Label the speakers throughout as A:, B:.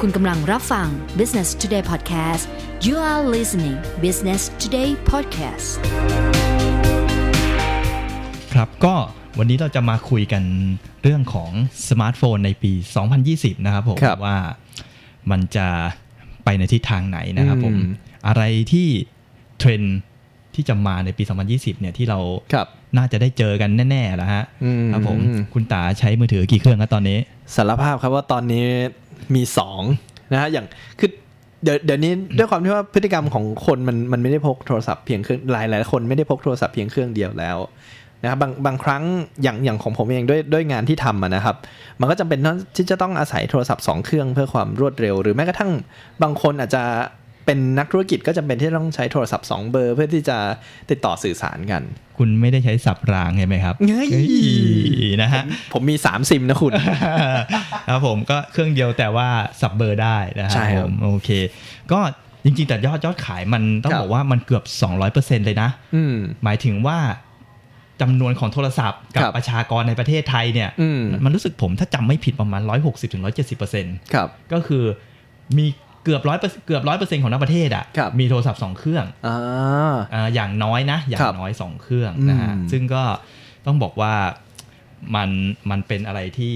A: คุณกำลังรับฟัง Business Today Podcast you are listening Business Today Podcast
B: ครับก็วันนี้เราจะมาคุยกันเรื่องของสมาร์ทโฟนในปี 2020 นะครับผม
C: ครับ
B: ว่ามันจะไปในทิศทางไหนนะครับผม
C: อืม
B: อะไรที่เทรนด์ที่จะมาในปี 2020 เนี่ยที่เรา
C: ครับ
B: น่าจะได้เจอกันแน่ๆแล้วฮะ
C: อืม
B: ครับผมคุณตาใช้มือถือกี่เครื่องครับตอนนี้
C: สารภาพครับว่าตอนนี้มีสองนะฮะอย่างคือเดี๋ยวเดี๋ยวนี้ด้วยความที่ว่าพฤติกรรมของคนมันมันไม่ได้พกโทรศัพท์เพียงเครื่องหลายหลายคนไม่ได้พกโทรศัพท์เพียงเครื่องเดียวแล้วนะครับบางบางครั้งอย่างอย่างของผมเองด้วยด้วยงานที่ทำอะนะครับ มันก็จำเป็นต้องที่จะต้องอาศัยโทรศัพท์สองเครื่องเพื่อความรวดเร็ว หรือแม้กระทั่งบางคนอาจจะเป็นนักธุรกิจก็จำเป็นที่ต้องใช้โทรศัพท์สองเบอร์เพื่อที่จะติดต่อสื่อสารกัน
B: คุณไม่ได้ใช้สับรางใช่ไหม ครับ
C: เงย
B: ฮ้นะฮะ
C: ผมมีสามซิมนะคุณ
B: ครับผมก็เครื่องเดียวแต่ว่าสับเบอร์ได้นะค
C: ใช่
B: รับผ
C: ครับ
B: มโอเค ก็จริงๆ แต่ยอดยอดขายมันต้อง
C: ครับ
B: บอกว่ามันเกือบ 200%เลยนะ
C: อืม
B: หมายถึงว่าจำนวนของโทรศัพท์กับ
C: ครับ
B: ประชากรในประเทศไทยเนี่ย
C: อืม
B: มันรู้สึกผมถ้าจำไม่ผิดประมาณ 160-170%
C: ครับ
B: ก็คือมีเกือบร้อยเกือบร้อยเปอร์เซ็นต์ของทั้งประเทศอ่ะ
C: ครับ
B: มีโทรศัพท์สองเครื่อง
C: อ่า
B: อ่าอย่างน้อยนะ อย่า
C: ครั
B: ง
C: บ
B: น้อย 2 เครื่องนะฮะ
C: อืม
B: ซึ่งก็ต้องบอกว่ามันมันเป็นอะไรที่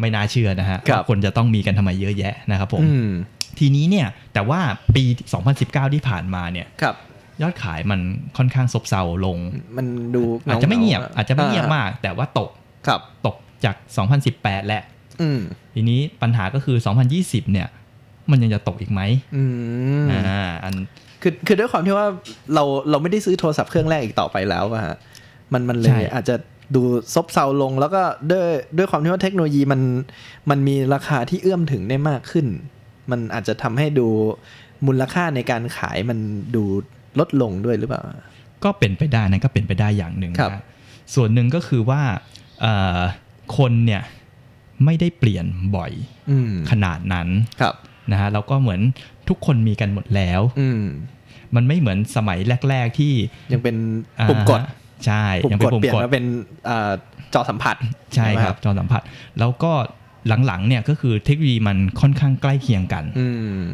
B: ไม่น่าเชื่อนะฮะ
C: ครับ
B: ว่าคนจะต้องมีกันทำไมเยอะแยะนะครับผม
C: อืม
B: ทีนี้เนี่ยแต่ว่าปี 2019 ที่ผ่านมาเนี่ย
C: ครับ
B: ยอดขายมันค่อนข้างซบเซาลง
C: มันดู
B: อาจจะไม่เงียบ อาจจะไม่เงียบ
C: ก
B: มาก แต่ว่าตก
C: ครับ
B: ตกจาก 2018 แหละ
C: อืม
B: ทีนี้ปัญหาก็คือ 2020 เนี่ย มันยังจะตกอีกไหม
C: อืม
B: อ่าอัน
C: คือคือด้วยความที่ว่าเราเราไม่ได้ซื้อโทรศัพท์เครื่องแรกอีกต่อไปแล้วอะฮะ มันมันเล
B: ใช่
C: ยอาจจะดูซบเซาลงแล้วก็ด้วยด้วยความที่ว่าเทคโนโลยีมันมันมีราคาที่เอื้อมถึงได้มากขึ้น มันอาจจะทำให้ดูมูลค่าในการขายมันดูลดลงด้วยหรือเปล่า
B: ก็เป็นไปได้นะก็เป็นไปได้อย่างหนึ่ง
C: ครับ
B: นะส่วนหนึ่งก็คือว่าเอ่อคนเนี่ยไม่ได้เปลี่ยนบ่อย
C: อืม
B: ขนาดนั้น
C: ครับ
B: นะฮะแล้วก็เหมือนทุกคนมีกันหมดแล้ว
C: อืม
B: มันไม่เหมือนสมัยแรก ๆที่
C: ยังเป็น
B: อ่า
C: ปุ่มกด
B: ใช่
C: ปุ่ม
B: ยัง
C: ก
B: เป็
C: ด
B: นปุ่ม
C: เปลี่ยน
B: กด
C: มาเป็นอ่าจอสัมผัส
B: ใช่
C: ไหม
B: ครับจอสัมผัส แล้วก็หลังๆเนี่ยก็คือเทคโนโลยีมันค่อนข้างใกล้เคียงกัน
C: อืม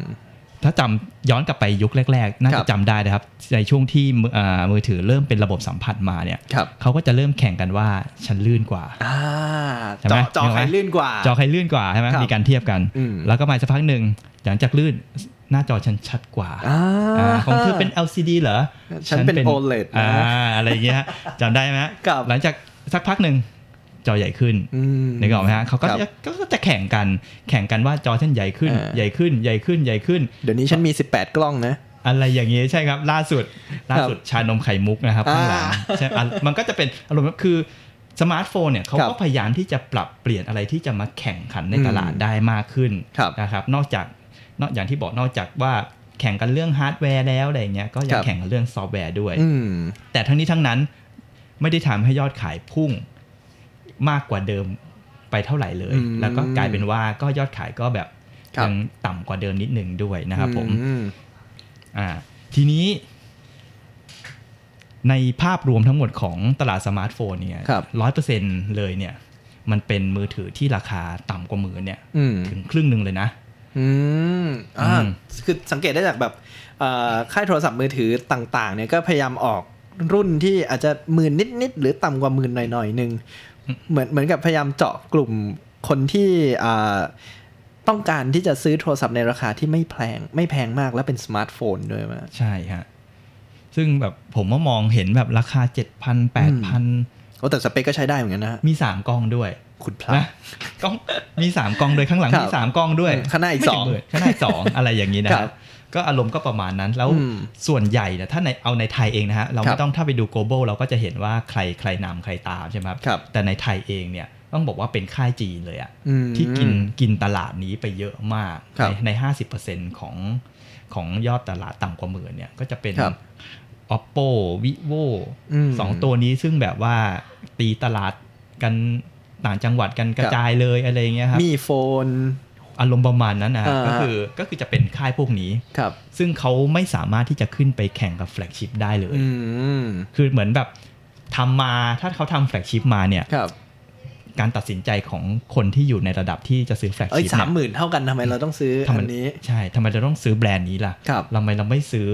B: ถ้าจำย้อนกลับไปยุคแรกๆ น่า
C: ครั
B: จะ
C: บ
B: จำได้นะครับ ในช่วงที่มืออ่ามือถือเริ่มเป็นระบบสัมผัสมาเนี่ย
C: ครับ
B: เขาก็จะเริ่มแข่งกันว่าฉันลื่นกว่า
C: อ่า
B: ใช่ไห
C: จ
B: ม
C: อจอ
B: เห็นไหม
C: ใครลื่นกว่า
B: จอใครลื่นกว่าใช่ไหม
C: ครับ
B: มีการเทียบกัน
C: อืม
B: แล้วก็มาสักพักหนึ่งหลังจากลื่นหน้าจอฉันชัดกว่า
C: อ่า
B: อ่าของเธอเป็น LCD เหรอ
C: ฉันเป็น OLED นะ
B: อ่าอะไรอย่างเงี้ยจำได้ไหม
C: ครับ
B: หลังจากสักพักหนึ่งจอใหญ่ขึ้น
C: อืม
B: นึกออกไหมฮะเขาก็
C: ครับ
B: จะก็จะแข่งกันแข่งกันว่าจอฉันใหญ่ขึ้น
C: อ่า
B: ใหญ่ขึ้นใหญ่ขึ้นใหญ่ขึ้น
C: เดี๋ยวนี้ฉันมี 18 กล้องนะ
B: อะไรอย่างเงี้ยใช่ครับ ล่าสุดล่าสุดชานมไข่มุกนะครับ
C: อ่า
B: ข้างหลังใช่อ่ะมันก็จะเป็นอารมณ์คือสมาร์ทโฟนเนี่ยเขา
C: ครับ
B: ก็พยายามที่จะปรับเปลี่ยนอะไรที่จะมาแข่งขันใน
C: อืม
B: ตลาดได้มากขึ้น
C: ครับ
B: นะครับ นอกจากนอกอย่างที่บอกนอกจากว่าแข่งกันเรื่องฮาร์ดแวร์แล้วอะไรอย่างเงี้ยก็ยัง
C: ครับ
B: แข่งกันเรื่องซอฟต์แวร์ด้วย
C: อืม
B: แต่ทั้งนี้ทั้งนั้นไม่ได้ทำให้ยอดขายพุ่งมากกว่าเดิมไปเท่าไหร่เลย
C: อืม
B: แล้วก็กลายเป็นว่าก็ยอดขายก็แบบ
C: ครับ
B: ยังต่ำกว่าเดิมนิดนึงด้วยนะครับผม
C: อืม
B: อ่าทีนี้ ในภาพรวมทั้งหมดของตลาดสมาร์ทโฟนเนี่ย
C: ครับ
B: ร้อยเปอร์เซ็นเลยเนี่ย มันเป็นมือถือที่ราคาต่ำกว่าหมื่นเนี่ย
C: อืม
B: ถึงครึ่งหนึ่งเลยนะ
C: อืมอ่า
B: อืม
C: คือสังเกตได้จากแบบเอ่อค่ายโทรศัพท์มือถือต่างๆ เนี่ยก็พยายามออกรุ่นที่อาจจะหมื่นนิด ๆ หรือต่ำกว่าหมื่นหน่อยๆหนึ่งเหมือนเหมือนกับพยายามเจาะกลุ่มคนที่อ่าต้องการที่จะซื้อโทรศัพท์ในราคาที่ไม่แพงไม่แพงมากและเป็นสมาร์ทโฟนด้วยมั้ย
B: ใช่ฮะซึ่งแบบผมว่ามองเห็นแบบราคาเจ็ดพันแปดพัน
C: โอ้แต่สเปคก็ใช้ได้เหมือนกันนะฮะ
B: มีสามกล้องด้วย
C: คุณพระ
B: นะกล้องมีสามกล้องด้วยข้างหลัง
C: ครับ
B: มีสามกล้องด้วย
C: อืมข้างหน้าอีก
B: ไม่ถึ
C: สอง
B: มื่นข้างหน้าอีกส องอะไรอย่างนี้นะ
C: ค
B: ค
C: รั
B: รั
C: บบ
B: ก็อารมณ์ก็ประมาณนั้นแล้ว
C: อืม
B: ส่วนใหญ่เนี่ยถ้าในเอาในไทยเองนะฮะเรา
C: ครั
B: ไม่
C: บ
B: ต้องถ้าไปดู global เราก็จะเห็นว่าใครใครนำใครตามใช่ไหมครับ
C: ครับ
B: แต่ในไทยเองเนี่ยต้องบอกว่าเป็นค่ายจีนเลยอะ
C: อืม
B: ที่กินกินตลาดนี้ไปเยอะมาก
C: ครับ
B: ในในห้าสิบเปอร์เซ็นของของยอดตลาดต่ำกว่าหมื่นเนี่ยก็จะเป็น
C: ครับ
B: oppo vivo
C: อืม
B: สองตัวนี้ซึ่งแบบว่าตีตลาดกันต่างจังหวัดกันกระจายเลยอะไรอย่างเงี้ยครับ
C: มีโฟน
B: อารมณ์ประมาณนั้นนะฮะ
C: อ่า
B: ก็คือก็คือจะเป็นค่ายพวกนี้
C: ครับ
B: ซึ่งเขาไม่สามารถที่จะขึ้นไปแข่งกับแฟลกชิพได้เลย
C: อืม
B: คือเหมือนแบบทำมาถ้าเขาทำแฟลกชิพมาเนี่ย
C: ครับ
B: การตัดสินใจของคนที่อยู่ในระดับที่จะซื้อแฟลก
C: เอ้ย
B: ชิพ
C: สามหมื่นเท่ากันทำไมเราต้องซื้อ
B: ทำไม
C: อันนี้
B: ใช่ทำไมเราต้องซื้อแบรนด์นี้ล่ะ
C: ครับ
B: ทำไมเราไม่ซื้อ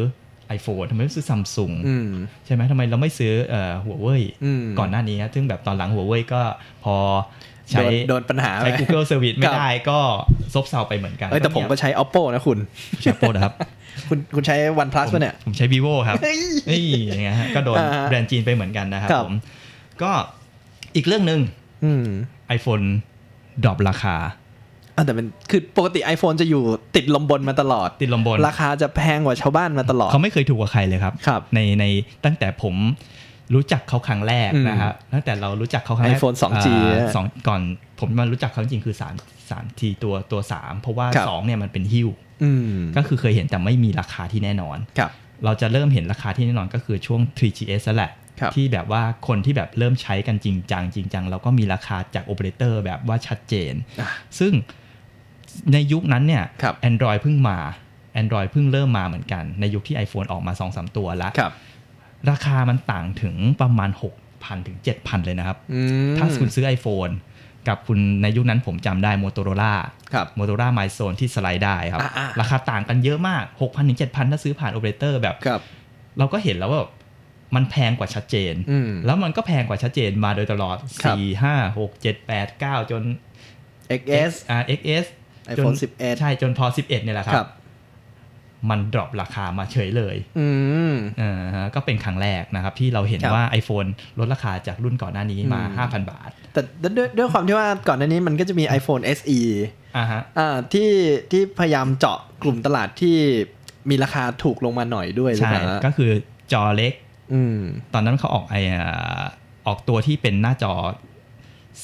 B: iPhone ทำไมไม่ซื้อซัมซุง
C: อืม
B: ใช่ไหมทำไมเราไม่ซื้อเอ่อหัวเว่ย
C: อืม
B: ก่อนหน้านี้ซึ่งแบบตอนหลังหัวเว่ยก็พอใช้
C: โดนโดนปัญหา
B: ใช้
C: ไป
B: Google Service ไม่
C: ครับ
B: ได้ก็ซบเซาไปเหมือนกัน
C: เอ้ยแต่ผมก็ใช้ oppo นะคุณ
B: ใช้โปรนะครับ
C: คุณคุณใช้ one plus ป่ะเนี่ย
B: ผมใช้ vivo ครับ นี่อย่างเงี้ยฮะก็โดน
C: อ่าฮะ
B: แบรนด์จีนไปเหมือนกันนะครับ
C: ครับ
B: ผม ก็อีกเรื่องหนึ่ง
C: อืม
B: iPhone ดรอปราคา
C: อ่ะแต่เป็นคือปกติ iPhone จะอยู่ติดลมบนมาตลอด
B: ติดลมบน
C: ราคาจะแพงกว่าชาวบ้านมาตลอด
B: เขาไม่เคยถูกกว่าใครเลยครับ
C: ครับ
B: ในในตั้งแต่ผมรู้จักเขาครั้งแรก
C: อืม
B: นะครับตั้งแต่เรารู้จักเขาครั้งแรก
C: iPhone 2G
B: อ่าสองก่อนผมมารู้จักเขาจริงๆคือ3 3ทีตัวตัว 3 เพราะว่า
C: ครับ
B: 2เนี่ยมันเป็นหิ้ว
C: อืม
B: ก็คือเคยเห็นแต่ไม่มีราคาที่แน่นอน
C: ครับ
B: เราจะเริ่มเห็นราคาที่แน่นอนก็คือช่วง 3GS แล้วแหละ
C: ครับ
B: ที่แบบว่าคนที่แบบเริ่มใช้กันจริงจังจริงจังเราก็มีราคาจากโอเปอเรเตอร์แบบว่าชัดเจน
C: อ่ะ
B: ซึ่งในยุคนั้นเนี่ย
C: ครับ
B: Android เพิ่งมา Android เพิ่งเริ่มมาเหมือนกัน ในยุคที่ iPhone ออกมา 2-3 ตัวแล้ว
C: ครับ
B: ราคามันต่างถึงประมาณ 6,000 ถึง 7,000 เลยนะครับ
C: อืม
B: ถ้าคุณซื้อ iPhone กับคุณในยุคนั้นผมจำได้ Motorola
C: ครับ
B: โมโตร่าไมโซนที่สไลด์ได้ครับ
C: อ่าๆ
B: ราคาต่างกันเยอะมาก 6,000 ถึง 7,000 ถ้าซื้อผ่านโอเปอเรเตอร์แบบ
C: ครับ
B: เราก็เห็นแล้วว่าแบบมันแพงกว่าชัดเจน
C: อืม
B: แล้วมันก็แพงกว่าชัดเจนมาโดยตลอด
C: ครับ
B: 4 5 6 7 8 9 จน
C: XS
B: R XS จ
C: iPhone 11
B: ใช่จนพอ 11 เนี่ยแหละค
C: ครั
B: รับ บ มันดรอปราคามาเฉยเลย
C: อืม
B: อ่าฮะก็เป็นครั้งแรกนะครับ ที่เราเห็น
C: ครับ
B: ว่า iPhone ลดราคาจากรุ่นก่อนหน้านี้มา
C: อืม
B: 5,000 บาท
C: แต่ด้วยด้วยความที่ว่าก่อนหน้านี้มันก็จะมี iPhone SE
B: อ่าฮะ
C: อ่าที่ที่พยายามเจาะกลุ่มตลาดที่มีราคาถูกลงมาหน่อยด้วย
B: ใช่
C: ไหมฮะ
B: ก็คือจอเล็ก
C: อืม
B: ตอนนั้นเขาออกไออ่าออกตัวที่เป็นหน้าจอ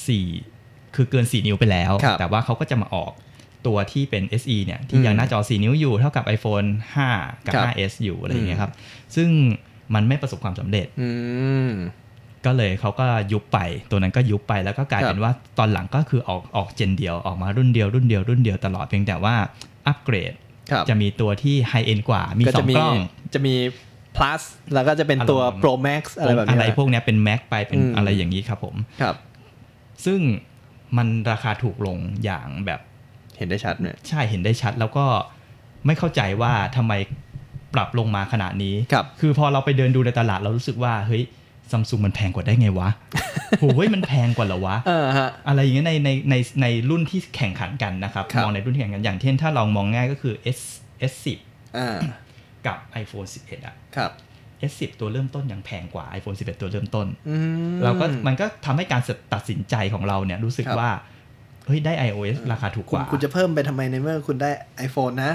B: 4 คือเกิน 4 นิ้วไปแล้ว
C: ครับ
B: แต่ว่าเขาก็จะมาออกตัวที่เป็น SE เนี่ยที่ยั
C: อื
B: ง
C: ม
B: หน้าจอ 4 นิ้วอยู่เท่ากับ iPhone 5 กับ
C: ครับ
B: 5S อยู่อะไรอย่างเงี้ยครับ ซึ่งมันไม่ประสบความสำเร็จ
C: อืม
B: ก็เลยเขาก็ยุบไป ตัวนั้นก็ยุบไปแล้วก็กลาย
C: ครับ
B: เป็นว่าตอนหลังก็คือออกออกเจนเดียวออกมารุ่นเดียวรุ่นเดียวรุ่นเดียวตลอดเพียงแต่ว่าอัปเกรด
C: ครับ
B: จะมีตัวที่ไฮเอนกว่ามี
C: ก็
B: สอ
C: จะ
B: ง
C: มี
B: กล้อง
C: จะมี plus แล้วก็จะเป็นตัว
B: อารมณ์
C: pro max อะไรแบบเนี้ย
B: พวกเนี้ยเป็นแม็กไปเป็น
C: อืม
B: อะไรอย่างนี้ครับผม
C: ครับ
B: ซึ่งมันราคาถูกลงอย่างแบบ
C: เห็นได้ชัดเนี่ย
B: ใช่เห็นได้ชัด แล้วก็ไม่เข้าใจว่าทำไมปรับลงมาขนาดนี้
C: ครับ
B: คือพอเราไปเดินดูในตลาดเรารู้สึกว่าเฮ้ยซัมซุงมันแพงกว่าได้ไงวะ โอ้ยมันแพงกว่าเหรอ วะ
C: เออฮะ
B: อะไรอย่างเงี้ยในในในในรุ่นที่แข่งขันกันนะครับ
C: ครับ
B: มองในรุ่นที่แข่งขันอย่างเช่นถ้าลองมองง่ายก็คือ S S10
C: อ่า
B: กับ iPhone 11อะ
C: ครับ
B: S10 ตัวเริ่มต้นยังแพงกว่า iPhone 11 ตัวเริ่มต้น
C: อืม
B: เราก็มันก็ทำให้การตัดสินใจของเราเนี่ยรู้สึก
C: ครับ
B: ว่าเฮ้ยได้ iOS ราคาถูกก
C: คุณ
B: ว่า
C: คุณจะเพิ่มไปทำไมในเมื่อคุณได้ iPhone นะ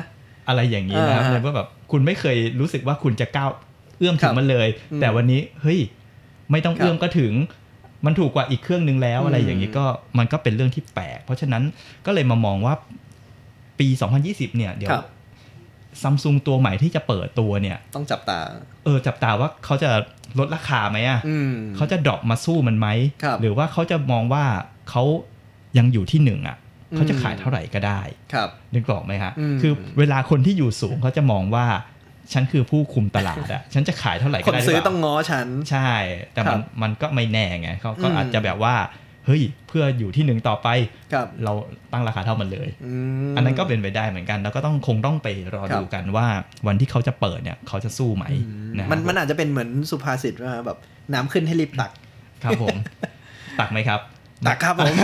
B: อะไรอย่างนี้นะครับ
C: อ่าฮะ
B: เลยว่าแบบคุณไม่เคยรู้สึกว่าคุณจะก้าวเอื้อมถึ
C: ครั
B: ง
C: บ
B: มันเลย
C: อืม
B: แต่วันนี้เฮ้ยไม่ต้อง
C: ครับ
B: เอื้อมก็ถึง มันถูกกว่าอีกเครื่องนึงแล้ว
C: อืม
B: อะไรอย่างนี้ก็มันก็เป็นเรื่องที่แปลก เพราะฉะนั้นก็เลยมามองว่าปี 2020 เนี่ย เดี๋ย
C: คว รับ
B: ซัมซุงตัวใหม่ที่จะเปิดตัวเนี่ย
C: ต้องจับตา
B: เออจับตาว่าเขาจะลดราคาไหมอ่ะ
C: อืม
B: เขาจะดรอปมาสู้มันไหม
C: ครับ
B: หรือว่าเขาจะมองว่าเขายังอยู่ที่หนึ่งอ่ะ
C: อืม
B: เขาจะขายเท่าไหร่ก็ได้
C: ครับ
B: นึกออกไหมฮะ
C: อืม
B: คือเวลาคนที่อยู่สูงเขาจะมองว่า ฉันคือผู้คุมตลาดอ่ะ ฉันจะขายเท่าไหร่
C: ค
B: ก็
C: น
B: ได้
C: ซื้
B: ห
C: อ
B: รืเป
C: ต้
B: ล่า
C: อ
B: ง
C: ง้อฉัน
B: ใช่ แต่
C: ครั
B: มัน
C: บ
B: มันก็ไม่แน่ไงเขาก็
C: อืม
B: อาจจะแบบว่า เฮ้ย เพื่ออยู่ที่หนึ่งต่อไป
C: ครับ
B: เราตั้งราคาเท่ามันเลย
C: อืม
B: อันนั้นก็เป็นไปได้เหมือนกัน แล้วก็ต้องคงต้องไปรอ
C: ครั
B: ดู
C: บ
B: กันว่าวันที่เขาจะเปิดเนี่ย เขาจะสู้ไหมนะฮะ
C: มันมันอาจจะเป็นเหมือนสุภาษิตว่าแบบน้ำขึ้นให้รีบตัก
B: ครับผม ตักไหมครับ
C: ตักครับ ผม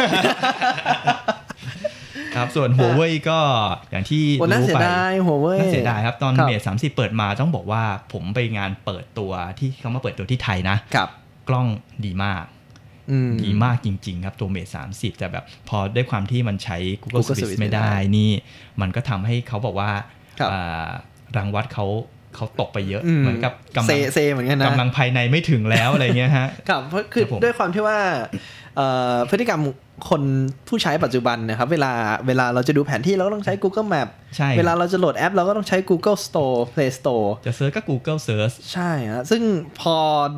B: ครับ ส่วนหัวเว่ยก็อย่างที่
C: โอ้น่า
B: รู้
C: เสีย
B: ไป
C: ดายหัวเว่ย
B: น่าเสียดายครับ ตอน
C: ครับ
B: เมทสามสิบเปิดมาต้องบอกว่าผมไปงานเปิดตัวที่เขามาเปิดตัวที่ไทยนะ
C: ครับ
B: กล้องดีมาก
C: อืม
B: ดีมากจริง ๆ ครับ ตัวเมท30 แต่แบบพอด้วยความที่มันใช้ Google
C: Google
B: Service
C: Service
B: ไม่
C: ไม่
B: ได้
C: ได้
B: นี่ มันก็ทำให้เขาบอกว่า
C: ครับ
B: อ่ารางวัดเขาเขาตกไปเยอะ
C: ม
B: เหมือนกับกำ
C: เซ
B: ลัง
C: เซเหมือนกันนะ
B: กำลังภายในไม่ถึงแล้วอะไรเงี้ยฮะ
C: ครับเพราะคือ
B: ครับผม
C: ด้วยความที่ว่าเอ่อพฤติกรรมคนผู้ใช้ปัจจุบันนะครับ เวลาเวลาเราจะดูแผนที่เราก็ต้องใช้ Google Map
B: ใช่
C: เวลาเราจะโหลดแอป เราก็ต้องใช้ Google Store Play Store
B: จะเซิร์ชก็ Google Search
C: ใช่ฮะซึ่งพอ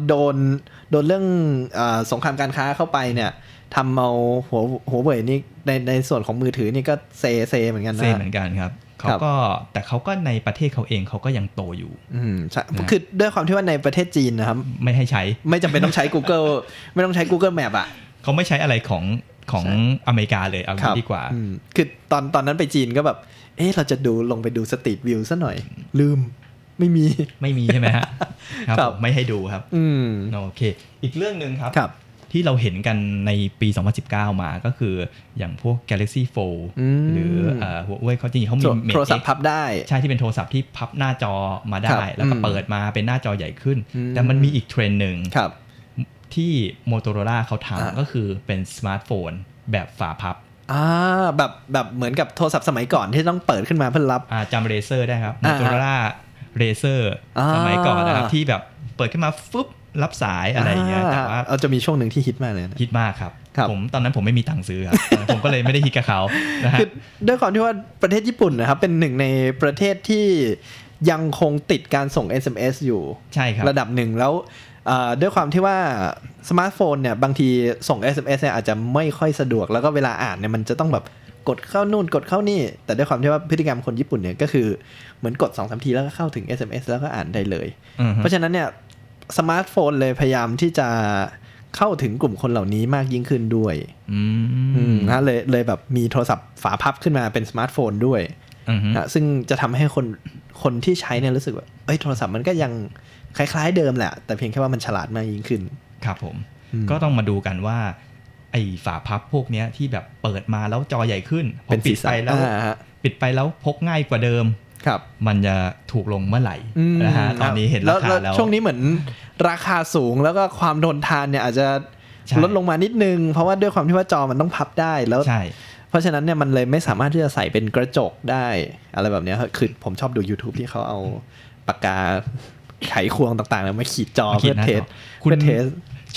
C: โดนโดนเรื่องเออสงครามการค้าเข้าไปเนี่ยทำเอาหัวหัวเว่ยนี่ในในส่วนของมือถือนี่ก็เซเซเหมือนกัน
B: เซ
C: นะ
B: เหมือนกันครับเขา
C: ครับ
B: ก็แต่เขาก็ในประเทศเขาเองเขาก็ยังโตอยู่
C: อืมใช่
B: นะ
C: คือด้วยความที่ว่าในประเทศจีนนะครับ
B: ไม่ให้ใช้
C: ไม่จำเป็นต้องใช้ Google ไม่ต้องใช้ Google Map อะ
B: เขาไม่ใช้อะไรของ ของ
C: ใช่
B: อเมริกาเลยเอา
C: ค
B: งี้
C: รับ
B: ดีกว่า
C: อืมคือตอนตอนนั้นไปจีนก็แบบ เอ๊ะเราจะดูลงไปดูสตรีทวิวซะหน่อย ลืมไม่มี
B: ไม่มีใช่ไหม ฮะ ครับ
C: ครับ
B: ผมไม่ให้ดูครับ
C: อืม
B: โอเค อีกเรื่องหนึ่งครับ
C: ครับ
B: ที่เราเห็นกันในปี 2019 มาก็คืออย่างพวก Galaxy Fold
C: อืม
B: หรือเอ่อหัวเว่ยเขาจริงๆเขามี
C: โทร
B: Mate
C: โทรศัพท์
B: X
C: พับได้
B: ใช่ที่เป็นโทรศัพท์ที่พับหน้าจอมา
C: ครั
B: ได้
C: บ
B: แล้วก็
C: อืม
B: เปิดมาเป็นหน้าจอใหญ่ขึ้น
C: อืม
B: แต่มันมีอีกเทรนด์หนึ่ง
C: ครับ
B: ที่ Motorola เขา
C: อ่า
B: ทำก็คือเป็นสมาร์ทโฟนแบบฝาพับ
C: อ่าแบบแบบเหมือนกับโทรศัพท์สมัยก่อนที่ต้องเปิดขึ้นมาเพื่อรับ
B: อ่าจำเรเซอร์ได้ครับ
C: อ่า
B: Motorola Razer
C: อ่า
B: สมัยก่อนนะครับที่แบบเปิดขึ้นมาฟึบรับสายอะไรอย่างเงี้ยแต่ว่า
C: เอาจะมีช่วงหนึ่งที่ฮิตมากเลยนะ
B: ฮิตมากครับ
C: ครับ
B: ผมตอนนั้นผมไม่มีตังค์ซื้อ ครับ ตอนนั้นผมก็เลยไม่ได้ฮิตกับเขานะฮะ
C: คือด้วยความที่ว่าประเทศญี่ปุ่นนะครับ เป็นหนึ่งในประเทศที่ยังคงติดการส่ง SMS อยู่
B: ใช่ครับ
C: ระดับหนึ่งแล้วเอ่อด้วยความที่ว่าสมาร์ทโฟนเนี่ยบางทีส่ง SMS เนี่ยอาจจะไม่ค่อยสะดวกแล้วก็เวลาอ่านเนี่ยมันจะต้องแบบกดเข้านู่นกดเข้านี่ แต่ด้วยความที่ว่าพฤติกรรมคนญี่ปุ่นเนี่ยก็คือเหมือนกด2อสทีแล้วก็เข้าถึง SMS แล้วก็อ่านได้เลย
B: อือฮึ
C: เพราะฉะนั้นเนี่ยสมาร์ทโฟนเลยพยายามที่จะเข้าถึงกลุ่มคนเหล่านี้มากยิ่งขึ้นด้วย
B: อื
C: อื
B: ม
C: มนะเลยเลยแบบมีโทรศัพท์ฝาพับขึ้นมาเป็นสมาร์ทโฟนด้วย
B: อือฮึ
C: นะซึ่งจะทำให้คนคนที่ใช้เนี่ยรู้สึกว่าเอ้ยโทรศัพท์มันก็ยังคล้ายๆเดิมแหละ แต่เพียงแค่ว่ามันฉลาดมากยิ่งขึ้น
B: ครับผม
C: อืม
B: ก็ต้องมาดูกันว่า ไอ้ฝาพับพวกเนี้ยที่แบบเปิดมาแล้วจอใหญ่ขึ้นพอ
C: เป็น
B: ปิ
C: สี
B: ด
C: สั
B: ไป
C: น
B: แล้ว
C: อ่าฮะ
B: ปิดไปแล้วพกง่ายกว่าเดิม
C: ครับ
B: มันจะถูกลงเมื่อไหร่
C: อืม
B: นะฮะตอนนี้เห็นราคา
C: แล้
B: แล้ว
C: ช่วงนี้เหมือนราคาสูงแล้วก็ความทนทานเนี่ยอาจจะ
B: ใช่
C: ลดลงมานิดนึง เพราะว่าด้วยความที่ว่าจอมันต้องพับได้แล้ว
B: ใช่
C: เพราะฉะนั้นเนี่ยมันเลยไม่สามารถที่จะใส่เป็นกระจกได้ อะไรแบบเนี้ยครับคือผมชอบดู YouTube ที่เขาเอาปากกาไขควงต่างๆเนี่ยมาขีดจอ
B: มาขี
C: เพื่
B: ด
C: อ
B: หน้าจอ
C: เทส
B: คุณ
C: เพื่อเทส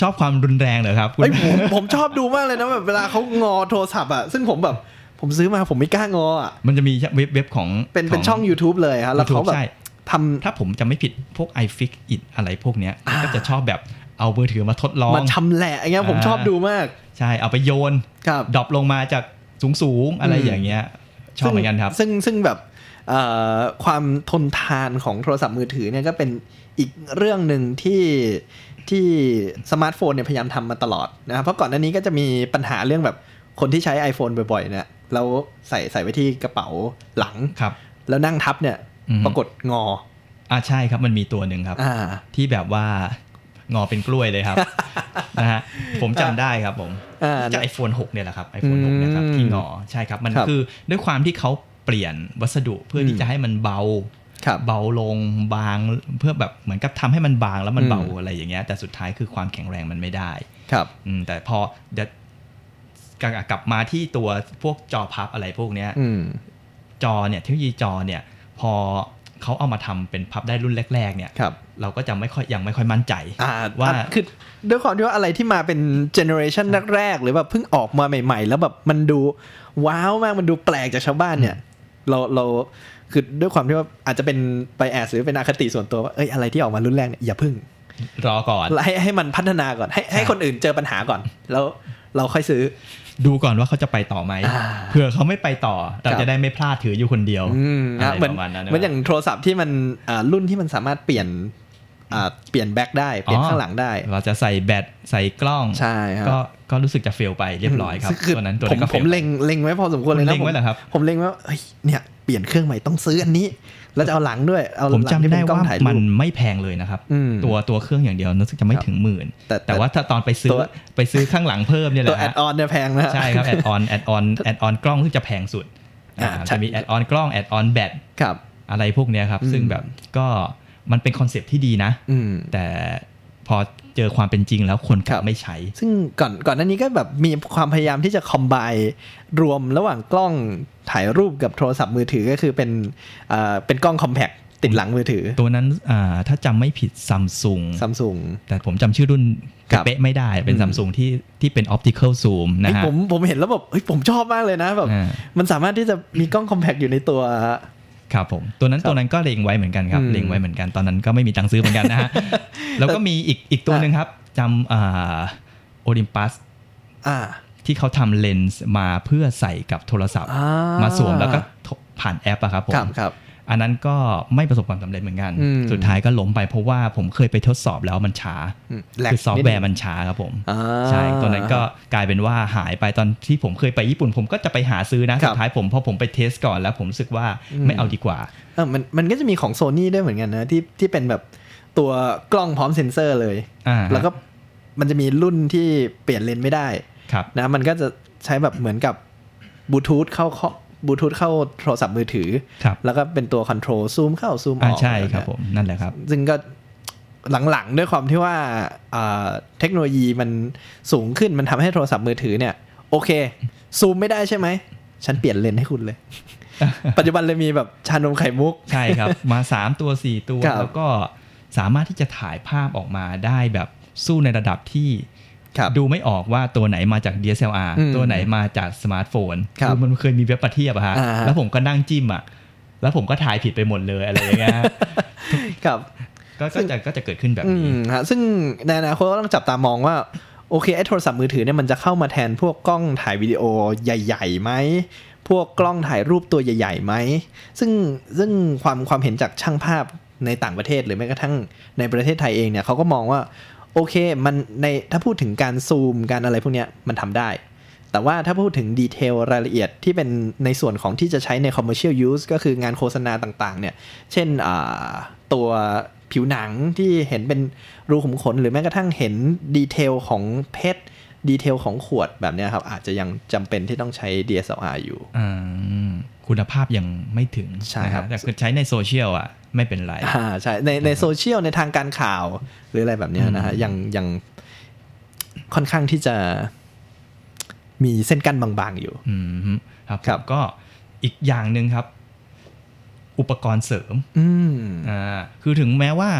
B: ชอบความรุนแรงเหรอครับคุณ
C: เอ้ยผมผมชอบดูมากเลยนะแบบเวลาเขางอโทรศัพท์อ่ะซึ่งผมแบบผมซื้อมาผมไม่กล้างออ่ะ
B: มันจะมีเว็บเว็บของ
C: เป็นเป็น
B: ข
C: ช่อง YouTube เลยฮะแล้ว
B: YouTube
C: เขาแบบ
B: ใช่
C: ทำ
B: ถ้าผมจะไม่ผิดพวก iFix It อะไรพวกเนี้ยก็จะชอบแบบเอามือถือมาทดลอง
C: มาชำแหละอย่างเงี้ย
B: อ่า
C: ผมชอบดูมาก
B: ใช่เอาไปโยน
C: ครับ
B: ดรอปลงมาจากสูงสูงๆอะไร
C: อืม
B: อย่างเงี้ย ชอบเหมือนกันครับ
C: ซึ่งซึ่งซึ่งแบบเอ่อความทนทานของโทรศัพท์มือถือเนี่ยก็เป็นอีกเรื่องหนึ่งที่ที่สมาร์ทโฟนเนี่ยพยายามทำมาตลอดนะครับเพราะก่อนหน้านี้ก็จะมีปัญหาเรื่องแบบคนที่ใช้ iPhone บ่อยๆเนี่ยเราใส่ใส่ไว้ที่กระเป๋าหลัง
B: ครับ
C: แล้วนั่งทับเนี่ย
B: อืม
C: ปรากฏงอ
B: อ่าใช่ครับมันมีตัวหนึ่งครับ
C: อ่า
B: ที่แบบว่างอเป็นกล้วยเลยครับ นะฮะผมจำได้ครับผม
C: อ่า
B: จาก iPhone 6เนี่ยแหละครับ iPhone 6เนี่ยครับ
C: อืม
B: ที่งอใช่ครับมัน
C: ครับ
B: คือด้วยความที่เขาเปลี่ยนวัสดุเพื่ออ
C: ม
B: ที่จะให้มันเบา
C: ครับ
B: เบาลงบางเพื่อแบบเหมือนกับทำให้มันบางแล้วมันเบา
C: อืม
B: อะไรอย่างเงี้ยแต่สุดท้ายคือความแข็งแรงมันไม่ได้
C: ครับ
B: อืมแต่พอเดี๋ยวกลับกลับมาที่ตัวพวกจอพับอะไรพวกเนี้ย
C: อืม
B: จอเนี่ยเทคโนโลยีจอเนี่ยพอเขาเอามาทำเป็นพับได้รุ่นแรก ๆ เนี่ย
C: ครับ
B: เราก็จะไม่ค่อยยังไม่ค่อยมั่นใจ
C: อ่า
B: ว่า
C: อ่ะคือด้วยความที่ว่าอะไรที่มาเป็นเจเนอเรชันแรกๆ หรือแบบเพิ่งออกมาใหม่ๆ แล้วแบบมันดูว้าวมาก มันดูแปลกจากชาวบ้านเนี่ย เราเราคือด้วยความที่ว่าอาจจะเป็นไปแอสหรือเป็นอคติส่วนตัวว่าเอ้ยอะไรที่ออกมารุ่นแรกเนี่ยอย่าพึ่ง
B: รอก่อน
C: ให้ให้มันพัฒนาก่อนให้ให้คนอื่นเจอปัญหาก่อน แล้วเราค่อยซื้อ
B: ดูก่อนว่าเขาจะไปต่อไหม
C: อ่า
B: เผื่อเขาไม่ไปต่อ เรา
C: ครับ
B: จะได้ไม่พลาดถืออยู่คนเดียว
C: อืม
B: อะ
C: นะ
B: ไร
C: เหมือน
B: ประมาณนั้นนะ
C: เหมือนอย่างโทรศัพท์ที่มันอ่ารุ่นที่มันสามารถเปลี่ยนอ่าเปลี่ยนแบ็คได้เปลี่ยน
B: อ๋อ
C: ข้างหลังได้
B: เราจะใส่แบตใส่กล้อง
C: ใช่ครับ
B: ก็ก็รู้สึกจะเฟลไปเรียบร้อยครับ
C: ซึ่งคือ
B: ตัวนั้นตัว
C: ผ
B: นั้
C: ม
B: นก็
C: ผ
B: เฟล
C: มเล็งเล็งไว้พอสมควรเลยนะ
B: คุณเล็งไว้เหรอครับ
C: ผมผมเล็งไว้ว่าเฮ้ยเนี่ยเปลี่ยนเครื่องใหม่ต้องซื้ออันนี้ แล้วจะเอาหลังด้วยเอาห
B: ผ
C: ลั
B: ม
C: ง
B: จำ
C: ที่เป็
B: ได้
C: กล้อ
B: ว่าง
C: ถ่าย
B: มัน
C: รูป
B: ไม่แพงเลยนะครับ
C: อืม
B: ตัวตัวเครื่องอย่างเดียวรู้สึกจะไม่
C: ครับ
B: ถึงหมื่น
C: แต่
B: แต่ว่าถ้าตอนไปซื้
C: ตั
B: อ
C: ว
B: ไปซื้อข้างหลังเพิ่มเนี่ยแห
C: ตัว
B: ละ
C: แอ
B: ฮะ
C: ดออนเนี่ยแพงนะ
B: ใช่ครับ แอดออนแอดออนแอดออนกล้องซึ่งจะแพงสุดอ่า
C: อ่าใช่
B: จะมีแอดออนกล้องแอดออนแบต
C: ครับ
B: อะไรพวกเนี้ยครับ
C: อืม
B: ซึ่งแบบก็มันเป็นคอนเซปต์ที่ดีนะ
C: อืม
B: แต่พอเจอความเป็นจริงแล้วคนกลั
C: ครับ บ
B: ไม่ใช้
C: ซึ่งก่อนก่อนหน้านี้ก็แบบมีความพยายามที่จะคอมไบรวมระหว่างกล้องถ่ายรูปกับโทรศัพท์มือถือก็คือเป็นอ่าเป็นกล้องคอมแพคติดหลังมือถือ
B: ตัวนั้นอ่าถ้าจำไม่ผิดซัมซุง
C: ซัมซุง
B: แต่ผมจำชื่อรุ่น
C: ครับ
B: เป๊ะไม่ได้เป็น
C: อืม
B: ซัมซุงที่ที่เป็นออปติคอลซูมนะฮะ
C: ผมผมเห็นแล้วแบบเฮ้ยผมชอบมากเลยนะแบบ
B: อ่า
C: มันสามารถที่จะมีกล้องคอมแพคอยู่ในตัว
B: ครับผมตัวนั้นตัวนั้นก็เล็งไว้เหมือนกันครับ
C: อืม
B: เล็งไว้เหมือนกันตอนนั้นก็ไม่มีตังค์ซื้อเหมือนกัน นะฮะ แล้วก็มีอีกอีกตัวหนึ่งครับจำอ่าโอลิมปัส
C: อ่า
B: ที่เขาทำเลนส์มาเพื่อใส่กับโทรศัพท์
C: อ่าม
B: มาสวมแล้วก็โทรผ่านแอปอะครับผม
C: ครับครับ
B: อันนั้นก็ไม่ประสบความสำเร็จเหมือนกัน
C: อืม
B: สุดท้ายก็ล้มไปเพราะว่าผมเคยไปทดสอบแล้วมันช้า
C: มแลก
B: คือซอฟต์แวร์
C: นิดนึง
B: มันช้าครับผม
C: อ่า
B: ใช่ตอนนั้นก็กลายเป็นว่าหายไปตอนที่ผมเคยไปญี่ปุ่น ผมก็จะไปหาซื้อนะ
C: ค
B: สุ
C: รับ
B: ดท้ายผมพอผมไปเทสก่อนแล้วผมรู้สึกว่า
C: อืม
B: ไม่เอาดีกว่า
C: เออมันมันก็จะมีของโซนี่ด้วยเหมือนกันนะที่ที่เป็นแบบตัวกล้องพร้อมเซ็นเซอร์เลย
B: อ่าฮะ
C: แล้วก็มันจะมีรุ่นที่เปลี่ยนเลนส์ไม่ได้
B: ครับ
C: นะมันก็จะใช้แบบเหมือนกับบลูทูธเข้าเข้าบลูทูธเข้าโทรศัพท์มือถือ
B: ครับ
C: แล้วก็เป็นตัวคอนโทรลซูมเข้าซูมอ
B: อ่า
C: อก
B: ใช่ครับ
C: นะ
B: ผมนั่นแหละครับ
C: ซึ่งก็หลังๆ ด้วยความที่ว่าอ่าเทคโนโลยีมันสูงขึ้นมันทำให้โทรศัพท์มือถือเนี่ย โอเค ซูมไม่ได้ใช่ไหม ฉันเปลี่ยนเลนส์ให้คุณเลย ปัจจุบันเลยมีแบบชานมไข่มุก
B: ใช่ครับ มา 3 ตัว 4 ตัว
C: ครับ
B: แล้วก็สามารถที่จะถ่ายภาพออกมาได้แบบสู้ในระดับที่
C: ครับ
B: ดูไม่ออกว่าตัวไหนมาจาก DSLR
C: อืม
B: ตัวไหนมาจากสมาร์ทโฟน
C: ครับ
B: อมันเคยมีเว็บประเทียบอะฮะ
C: อ่าฮะ
B: แล้วผมก็นั่งจิ้มอะแล้วผมก็ถ่ายผิดไปหมดเลยอะไรอย่างเงี้ยฮะ
C: ครับ
B: ก็ก็จะก็จะเกิดขึ้นแบบ
C: อื
B: นี้
C: มฮะซึ่งในอนาคตก็ต้องจับตามองว่า โอเคไอ้โทรศัพท์มือถือเนี่ยมันจะเข้ามาแทนพวกกล้องถ่ายวิดีโอใหญ่ๆไหมพวกกล้องถ่ายรูปตัวใหญ่ๆไหมซึ่งซึ่งความความเห็นจากช่างภาพในต่างประเทศหรือแม้กระทั่งในประเทศไทยเองเนี่ยเขาก็มองว่า โอเคมันในถ้าพูดถึงการซูมการอะไรพวกเนี้ยมันทำได้ แต่ว่าถ้าพูดถึงดีเทลรายละเอียดที่เป็นในส่วนของที่จะใช้ใน commercial use ก็คืองานโฆษณาต่างๆเนี่ย เช่นอ่าตัวผิวหนังที่เห็นเป็นรูขุมขน หรือแม้กระทั่งเห็นดีเทลของเพชรดีเทลของขวดแบบเนี้ยครับ อาจจะยังจำเป็นที่ต้องใช้ DSLR อยู่
B: อืมคุณภาพยังไม่ถึง
C: ใช่ครับ
B: นะฮะแต่คือใช้ในโซเชียลอ่ะ ไม่เป็นไร
C: อ่าใช่ในในโซเชียลในทางการข่าวหรืออะไรแบบเนี้ยนะฮะยังยังค่อนข้างที่จะมีเส้นกั้นบางๆอยู่
B: อืมครับ
C: ครับ
B: ผมก็อีกอย่างหนึ่งครับ อุปกรณ์เสริม
C: อืม
B: อ่าคือถึงแม้ว่า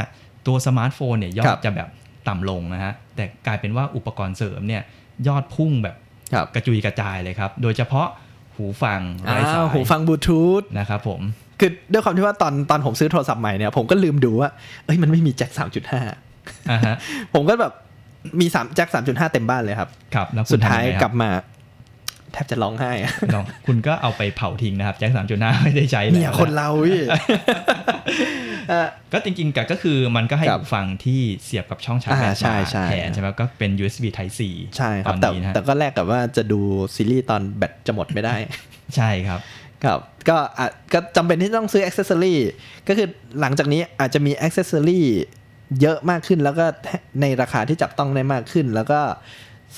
B: ตัวสมาร์ทโฟนเนี่ยยอ
C: ครั
B: ด
C: บ
B: จะแบบต่ำลงนะฮะ แต่กลายเป็นว่าอุปกรณ์เสริมเนี่ย ยอดพุ่งแบบ
C: ครับ
B: กระจุยกระจายเลยครับ โดยเฉพาะหูฟังไร้สา
C: อ่าย หูฟังบลูทูธ
B: นะครับผม
C: คือด้วยความที่ว่าตอนตอนผมซื้อโทรศัพท์ใหม่เนี่ยผมก็ลืมดูว่าเอ้ยมันไม่มีแจ็ค3.5
B: อ่าฮะ
C: ผมก็แบบมีสามแจ็ค3.5 เต็มบ้านเลยครับ
B: ครับแล้วคุณ
C: สุดท้าย
B: ทำงไงครับ
C: กลับมา แทบจะร้องไห้อะ
B: ลองคุณก็เอาไปเผาทิ้งนะครับแจ็คสามจุดห้าไม่ได้ใช้แล้ว
C: เนี่ยคนเราพี่ อ่ะ
B: ก็จริงๆก็ก็คือมันก็ให้
C: ครับ
B: หูฟังที่เสียบกับช่องชาร์จ
C: อ่า
B: แบต
C: ใช่ใช่
B: แทนใช่ไหมก็เป็น USB Type C
C: ใช่ค
B: ต
C: รั
B: อบน
C: แต่
B: นี้นะฮะ
C: แต่ก็แลกกับว่าจะดูซีรีส์ตอนแบตจะหมดไม่ได้
B: ใช่ครับ
C: ครับก็อ่ะก็จำเป็นที่ต้องซื้ออ c เซสซอรีก็คือหลังจากนี้อาจจะมีอ c เซสซอรีเยอะมากขึ้น แล้วก็ในราคาที่จับต้องได้มากขึ้น แล้วก็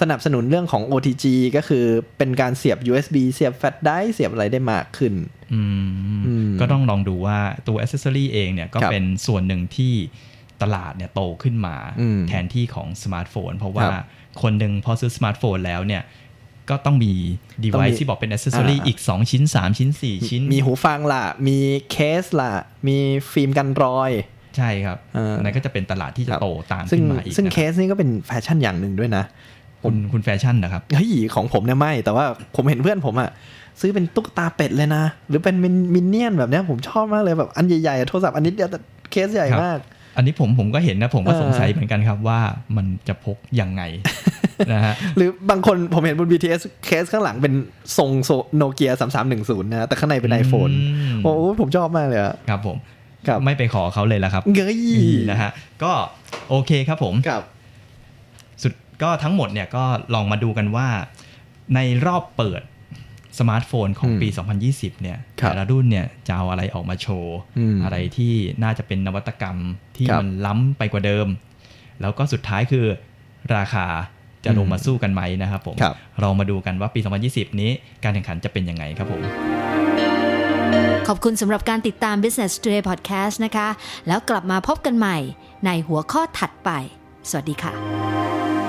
C: สนับสนุนเรื่องของ OTG ก็คือเป็นการเสียบ USB เสียบแฟลชไดรฟ์เสียบอะไรได้มากขึ้น
B: อืม
C: อืม
B: ก็ต้องลองดูว่าตัวอ c เซสซอรีเองเนี่ยก็
C: ครับ
B: เป็นส่วนหนึ่งที่ตลาดเนี่ยโตขึ้นมา
C: อืม
B: แทนที่ของสมาร์ทโฟน เพราะว่า
C: ครับ
B: คนหนึ่งพอซื้อสมาร์ทโฟนแล้วเนี่ย ก็ต้องมี
C: ต้องมี
B: device ที่บอกเป็นอ c เซสซอรี
C: อ่า
B: อีก 2 ชิ้น 3 ชิ้น 4 ชิ้น
C: มีหูฟังล่ะ มีเคสล่ะ มีฟิล์มกันรอย
B: ใช่ครับ
C: อ่า
B: อันนั้นก็จะเป็นตลาดที่จะโตตาม
C: ซึ่ง
B: ขึ้นมาอีก
C: ซึ่ง
B: นะ
C: เคสนี่ก็เป็นแฟชั่นอย่างหนึ่งด้วยนะ
B: คุณคุณแฟชั่นนะครับ
C: เฮ้ยของผมเนี่ยไม่ แต่ว่าผมเห็นเพื่อนผมอะซื้อเป็นตุ๊กตาเป็ดเลยนะ หรือเป็นมินมินเนี่ยนแบบเนี้ยผมชอบมากเลยแบบอันใหญ่ๆอะโทรศัพท์อันนิดเดียวแต่เคสใหญ่มาก
B: อันนี้ผมผมก็เห็นนะผมก็
C: เออ
B: สงสัยเหมือนกันครับว่ามันจะพกยังไง นะฮะ
C: หรือบางคนผมเห็นบน BTS เคสข้างหลังเป็นทรงโนเกียสามสามหนึ่งศูนย์นะแต่ข้างในเป็นไอโฟน
B: ม
C: โอ้โหผมชอบมากเลยอะ
B: ครับผม
C: ครับ
B: ไม่ไปขอเขาเลยละครับ
C: เงย
B: นะฮะก็โอเคครับผม
C: ครับ
B: สุดก็ทั้งหมดเนี่ยก็ลองมาดูกันว่า ในรอบเปิดสมาร์ทโฟนของ
C: อืม
B: ปี 2020 เนี่ย
C: ครับ
B: แต่ละรุ่นเนี่ยจะเอาอะไรออกมาโชว์
C: อืม
B: อะไรที่น่าจะเป็นนวัตกรรมที่
C: ครับ
B: มันล้ำไปกว่าเดิม แล้วก็สุดท้ายคือราคาจะลงมาสู้กันไหมนะครับผม
C: ครับ
B: เรามาดูกันว่าปี 2020 นี้การแข่งขันจะเป็นยังไงครับผม
A: ขอบคุณสำหรับการติดตาม Business Today Podcast นะคะ แล้วกลับมาพบกันใหม่ในหัวข้อถัดไป สวัสดีค่ะ